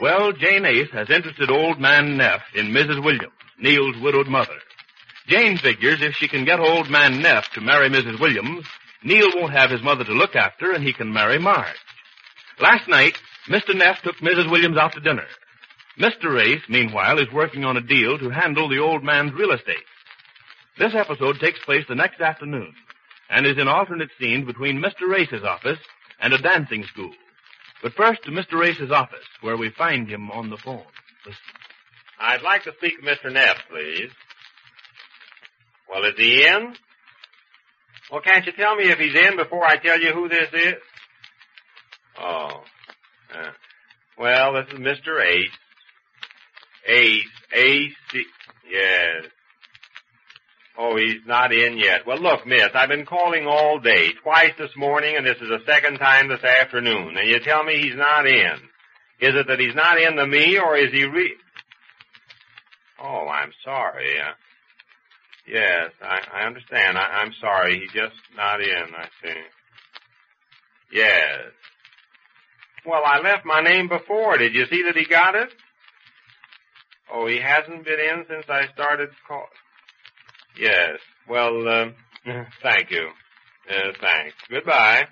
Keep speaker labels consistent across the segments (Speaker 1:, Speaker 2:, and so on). Speaker 1: Well, Jane Ace has interested old man Neff in Mrs. Williams, Neil's widowed mother. Jane figures if she can get old man Neff to marry Mrs. Williams, Neil won't have his mother to look after and he can marry Marge. Last night, Mr. Neff took Mrs. Williams out to dinner. Mr. Ace, meanwhile, is working on a deal to handle the old man's real estate. This episode takes place the next afternoon and is in alternate scenes between Mr. Ace's office and a dancing school. But first to Mr. Ace's office, where we find him on the phone. Listen.
Speaker 2: I'd like to speak to Mr. Neff, please. Well, is he in? Well, can't you tell me if he's in before I tell you who this is? Oh. Uh, well, this is Mr. Ace. Ace. Ace. Yes. Oh, he's not in yet. Well, look, miss, I've been calling all day, twice this morning, and this is the second time this afternoon, and you tell me he's not in. Is it that he's not in to me, or is he re... Oh, I'm sorry. Uh, yes, I, I understand. I, I'm sorry. He's just not in, I see. Yes. Well, I left my name before. Did you see that he got it? Oh, he hasn't been in since I started call. Yes. Well, um, thank you. Uh, thanks. Goodbye.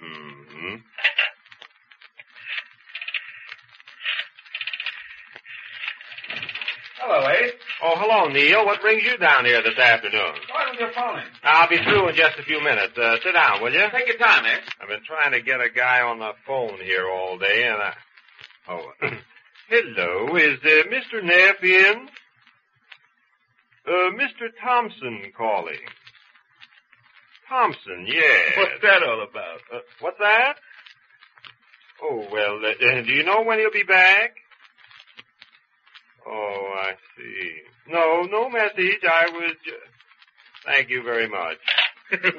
Speaker 2: hmm
Speaker 3: Hello, Ace.
Speaker 2: Oh, hello, Neil. What brings you down here this afternoon?
Speaker 3: Why was you phoning?
Speaker 2: I'll be through in just a few minutes. Uh, sit down, will you?
Speaker 3: Take your time, Ace.
Speaker 2: I've been trying to get a guy on the phone here all day, and I... Oh, hello. Is uh, Mr. Neff in? Uh, Mr. Thompson calling. Thompson, yes.
Speaker 3: What's that all about?
Speaker 2: Uh, what's that? Oh, well, uh, do you know when he'll be back? Oh, I see. No, no message. I was ju- Thank you very much.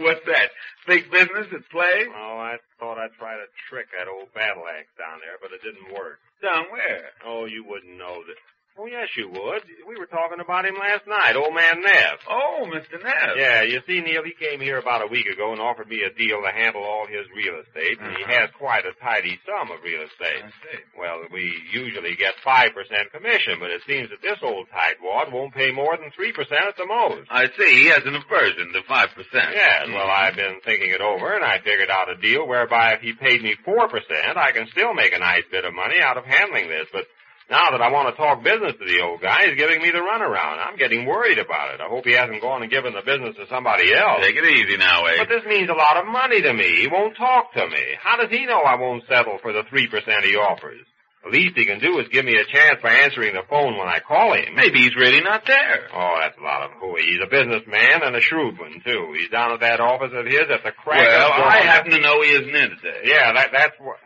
Speaker 3: what's that? Big business at play?
Speaker 2: Oh, I thought I'd try to trick that old battle axe down there, but it didn't work.
Speaker 3: Down where?
Speaker 2: Oh, you wouldn't know that. Oh, yes, you would. We were talking about him last night, old man Neff.
Speaker 3: Oh, Mr. Neff.
Speaker 2: Yeah, you see, Neil, he came here about a week ago and offered me a deal to handle all his real estate, and he
Speaker 3: Uh-huh.
Speaker 2: has quite a tidy sum of real estate.
Speaker 3: I see.
Speaker 2: Well, we usually get 5% commission, but it seems that this old tightwad won't pay more than 3% at the most.
Speaker 3: I see. He has an aversion to 5%.
Speaker 2: Yes, well, I've been thinking it over, and I figured out a deal whereby if he paid me 4%, I can still make a nice bit of money out of handling this, but now that I want to talk business to the old guy, he's giving me the runaround. I'm getting worried about it. I hope he hasn't gone and given the business to somebody else.
Speaker 3: Oh, Take it easy now, eh? Ace.
Speaker 2: But this means a lot of money to me. He won't talk to me. How does he know I won't settle for the 3% he offers? The least he can do is give me a chance for answering the phone when I call him.
Speaker 3: Maybe he's really not there.
Speaker 2: Oh, that's a lot of hooey. He's a businessman and a shrewd one, too. He's down at that office of his at the crack
Speaker 3: well,
Speaker 2: of dawn.
Speaker 3: I happen to know he isn't in today.
Speaker 2: Yeah, that, that's what...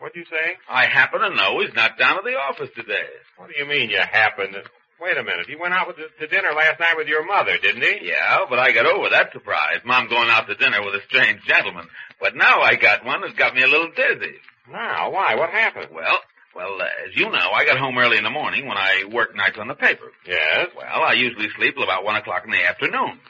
Speaker 2: What'd you say?
Speaker 3: I happen to know he's not down at the office today.
Speaker 2: What do you mean you happened to... Wait a minute. He went out with to dinner last night with your mother, didn't he?
Speaker 3: Yeah, but I got over that surprise. Mom going out to dinner with a strange gentleman. But now I got one that's got me a little dizzy.
Speaker 2: Now, why? What happened?
Speaker 3: Well, well, uh, as you know, I got home early in the morning when I work nights on the paper.
Speaker 2: Yes?
Speaker 3: Well, I usually sleep till about one o'clock in the afternoon.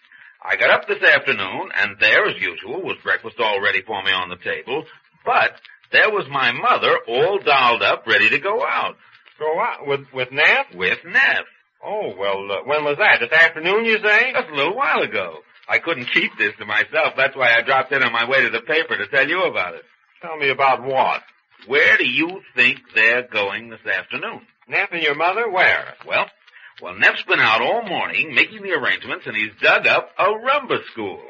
Speaker 3: I got up this afternoon, and there, as usual, was breakfast all ready for me on the table, but there was my mother all dolled up, ready to go out,
Speaker 2: So what? With, with Nat?
Speaker 3: with Neff.
Speaker 2: Oh, well, uh, when was that? This afternoon, you say?
Speaker 3: Just a little while ago. I couldn't keep this to myself. That's why I dropped in on my way to the paper to tell you about it.
Speaker 2: Tell me about what?
Speaker 3: Where do you think they're going this afternoon?
Speaker 2: Neff and your mother? Where?
Speaker 3: Well, well, Neff's been out all morning making the arrangements, and he's dug up a rumba school.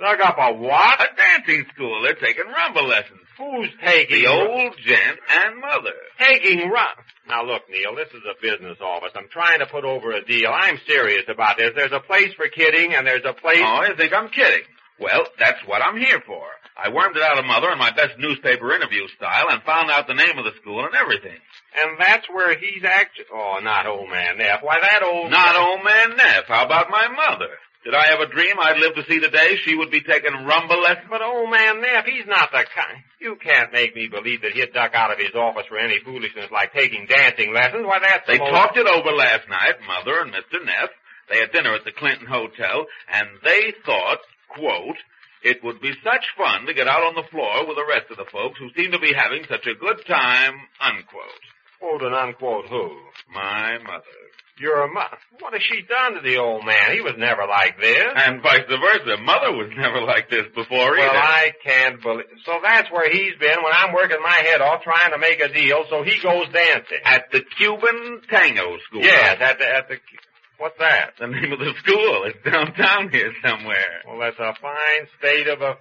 Speaker 2: Dug up a what?
Speaker 3: A dancing school. They're taking rumba lessons.
Speaker 2: Who's taking
Speaker 3: The old gent and mother.
Speaker 2: taking rum? Now look, Neil, this is a business office. I'm trying to put over a deal. I'm serious about this. There's a place for kidding, and there's a place.
Speaker 3: Oh, you think I'm kidding? Well, that's what I'm here for. I wormed it out of Mother in my best newspaper interview style and found out the name of the school and everything.
Speaker 2: And that's where he's actually. Oh, not old man Neff. Why that old?
Speaker 3: Not old man Neff. How about my mother? Did I ever dream I'd live to see the day she would be taking rumba lessons?
Speaker 2: But old man Neff, he's not the kind. You can't make me believe that he'd duck out of his office for any foolishness like taking dancing lessons. Why that's
Speaker 3: They
Speaker 2: the most-
Speaker 3: talked it over last night, Mother and Mr. Neff. They had dinner at the Clinton Hotel, and they thought, quote, it would be such fun to get out on the floor with the rest of the folks who seem to be having such a good time, unquote.
Speaker 2: quote and unquote who.
Speaker 3: My mother.
Speaker 2: Your mother. What has she done to the old man? He was never like this.
Speaker 3: And vice versa. Mother was never like this before
Speaker 2: Well,
Speaker 3: either.
Speaker 2: I can't believe. So that's where he's been when I'm working my head off trying to make a deal. So he goes dancing.
Speaker 3: At the Cuban Tango School.
Speaker 2: yes, at the at the. What's that?
Speaker 3: The name of the school. It's downtown here somewhere.
Speaker 2: Well, that's a fine state of a.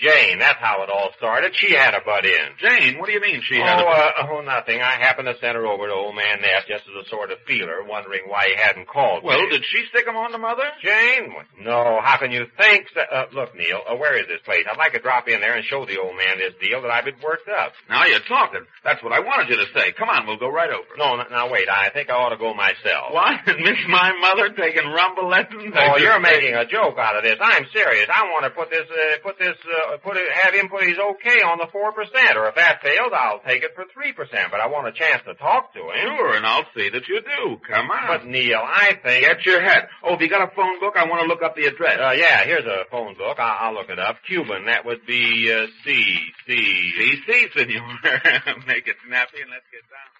Speaker 2: Jane, that's how it all started. She had a butt in.
Speaker 3: Jane, what do you mean she
Speaker 2: oh,
Speaker 3: had a...
Speaker 2: uh, oh, nothing. I happened to send her over to old man Neff just as a sort of feeler, wondering why he hadn't called.
Speaker 3: Well,
Speaker 2: me.
Speaker 3: did she stick him on to Mother?
Speaker 2: Jane? What- No, how can you think? So, uh, look, Neil, uh, where is this place? I'd like to drop in there and show the old man this deal that I've been worked up.
Speaker 3: Now you're talking. That's what I wanted you to say. Come on, we'll go right over.
Speaker 2: No, n- now wait. I think I ought to go myself.
Speaker 3: What? Miss my mother taking rumble lessons?
Speaker 2: Oh,
Speaker 3: I just
Speaker 2: you're
Speaker 3: think-
Speaker 2: making a joke out of this. I'm serious. I want to put this, uh, put this, uh, put it, have him put his okay on the four percent. Or if that fails, I'll take it for three percent. But I want a chance to talk to him.
Speaker 3: Sure, and I'll see that you do. Come on.
Speaker 2: But Neil, I think.
Speaker 3: Get your head. Oh, have you got a phone book? I want to look up the address.
Speaker 2: Uh, yeah, here's a phone book. I- I'll look it up. Cuban. That would be uh, C C.
Speaker 3: CC, senor. Make it snappy and let's get down.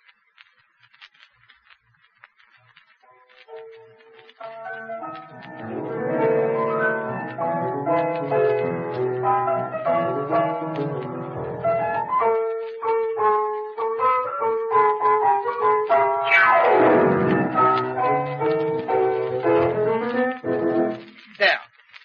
Speaker 4: There.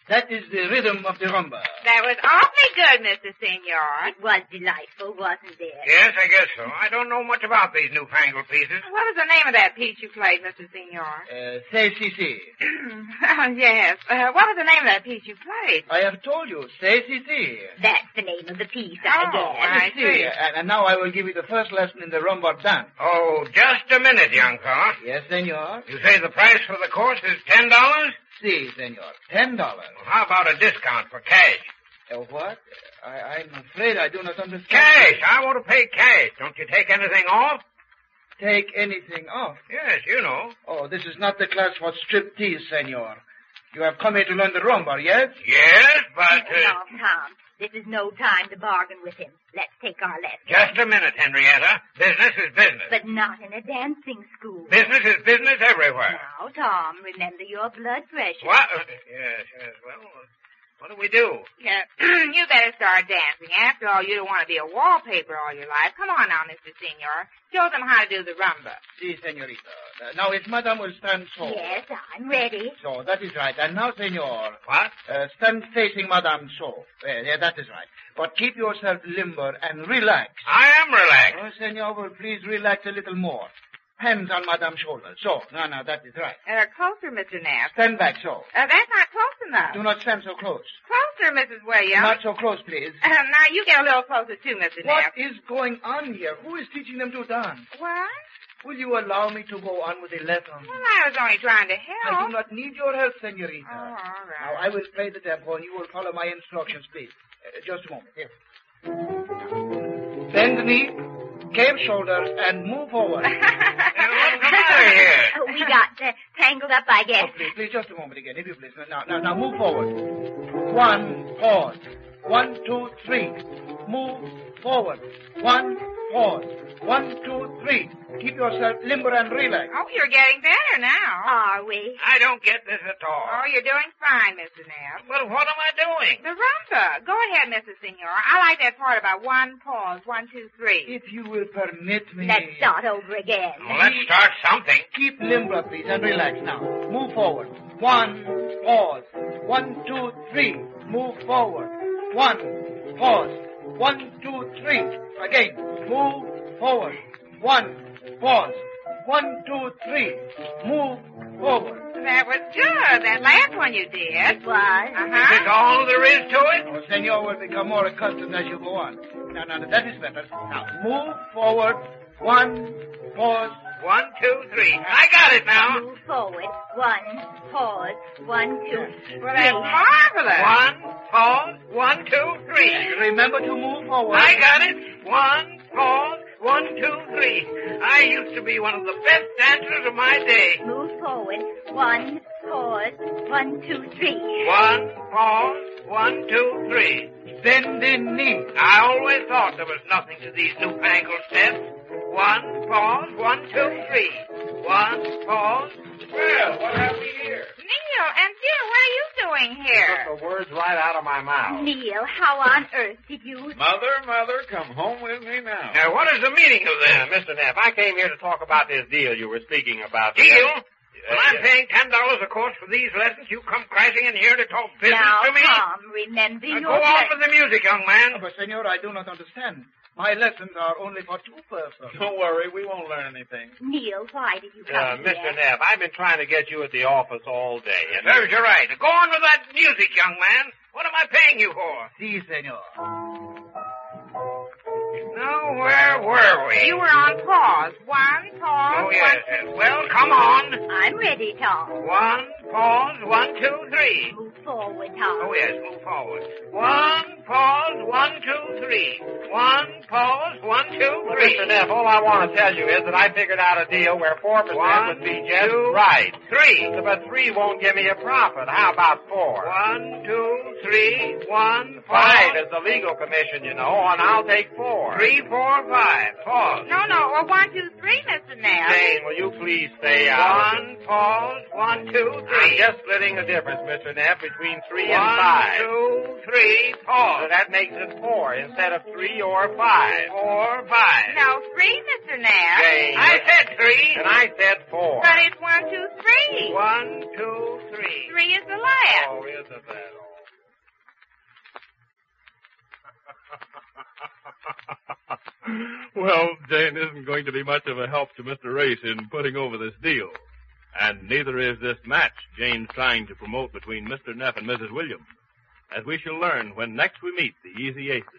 Speaker 4: That is the rhythm of the rumba.
Speaker 5: That was awfully good, Mr. Senor. It was delightful, wasn't it?
Speaker 6: Yes, I guess so. I don't know much about these newfangled pieces.
Speaker 5: What was the name of that piece you played, Mr. Senor?
Speaker 4: Uh, say, Sisi.
Speaker 5: oh, yes. Uh, what was the name of that piece you played?
Speaker 4: I have told you, say, Sisi.
Speaker 5: That's the name of the piece,
Speaker 4: Oh,
Speaker 5: I see.
Speaker 4: And, and now I will give you the first lesson in the rumba dance.
Speaker 6: Oh, just a minute, young fellow.
Speaker 4: Yes, senor.
Speaker 6: You say the price for the course is ten dollars?
Speaker 4: See, senor. Ten dollars.
Speaker 6: How about a discount for cash?
Speaker 4: Uh, what? I, I'm afraid I do not understand.
Speaker 6: Cash! I want to pay cash. Don't you take anything off?
Speaker 4: Take anything off.
Speaker 6: Yes, you know.
Speaker 4: Oh, this is not the class for striptease, senor. You have come here to learn the rumba, yes?
Speaker 6: Yes, but uh,
Speaker 5: Oh, Tom, this is no time to bargain with him. Let's take our lesson.
Speaker 6: just a minute, Henrietta. Business is business.
Speaker 5: But not in a dancing school.
Speaker 6: Business is business everywhere.
Speaker 5: Now, Tom, remember your blood pressure.
Speaker 6: What? uh, yes, yes. Well, uh, what do we do?
Speaker 5: Yeah, you better start dancing. After all, you don't want to be a wallpaper all your life. Come on now, Mr. Senor. Show them how to do the rumba.
Speaker 4: See, senorita. Uh, Now, if madame will stand so.
Speaker 5: Yes, I'm ready.
Speaker 4: So, that is right. And now, senor.
Speaker 6: What?
Speaker 4: Uh, stand facing Madame So. Yeah, yeah, that is right. But keep yourself limber and relax.
Speaker 6: I am relaxed.
Speaker 4: Oh, senor, will please relax a little more. Hands on Madame's shoulders. So, no, no, that is right.
Speaker 5: Uh, closer, Mr. Knapp.
Speaker 4: Stand back, so.
Speaker 5: Uh, that's not close enough.
Speaker 4: Do not stand so close.
Speaker 5: Closer, Mrs. Williams.
Speaker 4: Not so close, please.
Speaker 5: Uh, now, you get a little closer, too, Mr.
Speaker 4: What
Speaker 5: Knapp.
Speaker 4: is going on here? Who is teaching them to dance?
Speaker 5: What?
Speaker 4: Will you allow me to go on with the lesson?
Speaker 5: Well, I was only trying to help.
Speaker 4: I do not need your help, senorita.
Speaker 5: Oh, all right.
Speaker 4: Now, I will play the tempo, and you will follow my instructions, please. Uh, just a moment. Here. Bend the knee, cave shoulders, and move forward.
Speaker 6: What's the matter here?
Speaker 5: Oh, we got uh, tangled up, I
Speaker 4: Oh,
Speaker 5: guess.
Speaker 4: please, please, just a moment again, if you please. Now, now, now, move forward. One, pause. One, two, three. Move forward. One, pause. One, two, three. Keep yourself limber and relaxed.
Speaker 5: Oh, you're getting better now.
Speaker 7: Are we?
Speaker 2: I don't get this at all.
Speaker 5: Oh, you're doing fine, Mr. Knapp.
Speaker 2: Well, what am I doing?
Speaker 5: The rumba. Go ahead, Mrs. Senor. I like that part about one pause, one, two, three.
Speaker 4: If you will permit me.
Speaker 7: Let's start over again.
Speaker 2: Well, let's start something.
Speaker 4: Keep limber, please, and relax now. Move forward. One, pause. One, two, three. Move forward. One, pause. One, two, three. Again. Move forward. One, pause. One, two, three. Move forward.
Speaker 5: That was good. That last one you did.
Speaker 7: Why?
Speaker 2: Is
Speaker 5: Uh-huh.
Speaker 2: this all there is to it?
Speaker 4: Oh, senor will become more accustomed as you go on. No, no, no, that is better. Now, move forward. One, pause.
Speaker 2: One, two, three. I got it now.
Speaker 7: Move forward. One, pause. One, two, three.
Speaker 5: Well, that's marvelous.
Speaker 2: One, pause. One, two, three.
Speaker 4: Remember to move forward.
Speaker 2: I got it. One, pause. One, two, three. I used to be one of the best dancers of my day.
Speaker 7: Move forward. One, pause. One, two, three.
Speaker 2: One, pause. One, two, three.
Speaker 4: Bend the knee.
Speaker 2: I always thought there was nothing to these newfangled steps. One, pause. One, two, three. One, pause. Well, what have we here?
Speaker 5: Neil and dear, what are you doing here?
Speaker 3: The words right out of my mouth.
Speaker 7: Neil, how on earth did you?
Speaker 8: Mother, mother, come home with me now.
Speaker 2: Now, what is the meaning of
Speaker 3: Now,
Speaker 2: this?
Speaker 3: Mr. Neff, I came here to talk about this deal you were speaking about. the
Speaker 2: Deal?
Speaker 3: other-
Speaker 2: Well,
Speaker 3: Uh,
Speaker 2: I'm
Speaker 3: yeah.
Speaker 2: paying ten dollars a course for these lessons. You come crashing in here to talk business
Speaker 7: Now,
Speaker 2: to me?
Speaker 7: Tom, remember
Speaker 2: Now,
Speaker 7: your
Speaker 2: go on
Speaker 7: lesson.
Speaker 2: with the music, young man.
Speaker 4: But, senor, I do not understand. My lessons are only for two persons.
Speaker 8: Don't worry, we won't learn anything.
Speaker 7: Neil, why did you come
Speaker 3: Uh,
Speaker 7: here?
Speaker 3: Mr. Neff, I've been trying to get you at the office all day. and-
Speaker 2: Serves you right. Go on with that music, young man. What am I paying you for?
Speaker 4: Si, senor.
Speaker 2: Now, where were we?
Speaker 5: You were on pause. One pause,
Speaker 2: Oh, yes.
Speaker 5: one,
Speaker 2: yes. Well, come on.
Speaker 7: I'm ready, Tom.
Speaker 2: One, pause, one, two, three.
Speaker 7: Move forward, Tom.
Speaker 2: Oh, yes, move forward. One, pause, one, two, three. One, pause, one, two,
Speaker 3: Well,
Speaker 2: three.
Speaker 3: Mr. Neff, all I want to tell you is that I figured out a deal where 4%
Speaker 2: One,
Speaker 3: would be just
Speaker 2: two,
Speaker 3: right.
Speaker 2: Three.
Speaker 3: But 3 won't give me a profit. How about 4?
Speaker 2: One, two, three, one,
Speaker 3: Five
Speaker 2: pause.
Speaker 3: is the legal commission, you know, and I'll take four.
Speaker 2: Three, four, five. Pause.
Speaker 5: No, no, or one, two, three, Mr. Knapp.
Speaker 3: Jane, will you please stay out?
Speaker 2: One, pause, one, two,
Speaker 3: I'm
Speaker 2: three.
Speaker 3: just splitting the difference, Mr. Knapp, between three and
Speaker 2: One,
Speaker 3: five.
Speaker 2: two, three,
Speaker 3: So
Speaker 2: pause.
Speaker 3: that makes it four instead of three or five.
Speaker 2: Four, five.
Speaker 5: No, three, Mr. Knapp.
Speaker 3: Jane,
Speaker 2: I said three.
Speaker 3: and I said four.
Speaker 5: But it's one, two, three.
Speaker 2: One, two, three.
Speaker 5: Three is the last.
Speaker 3: Oh, isn't that
Speaker 9: well, Jane isn't going to be much of a help to Mr. Race in putting over this deal. And neither is this match Jane's trying to promote between Mr. Neff and Mrs. Williams, as we shall learn when next we meet the Easy Aces.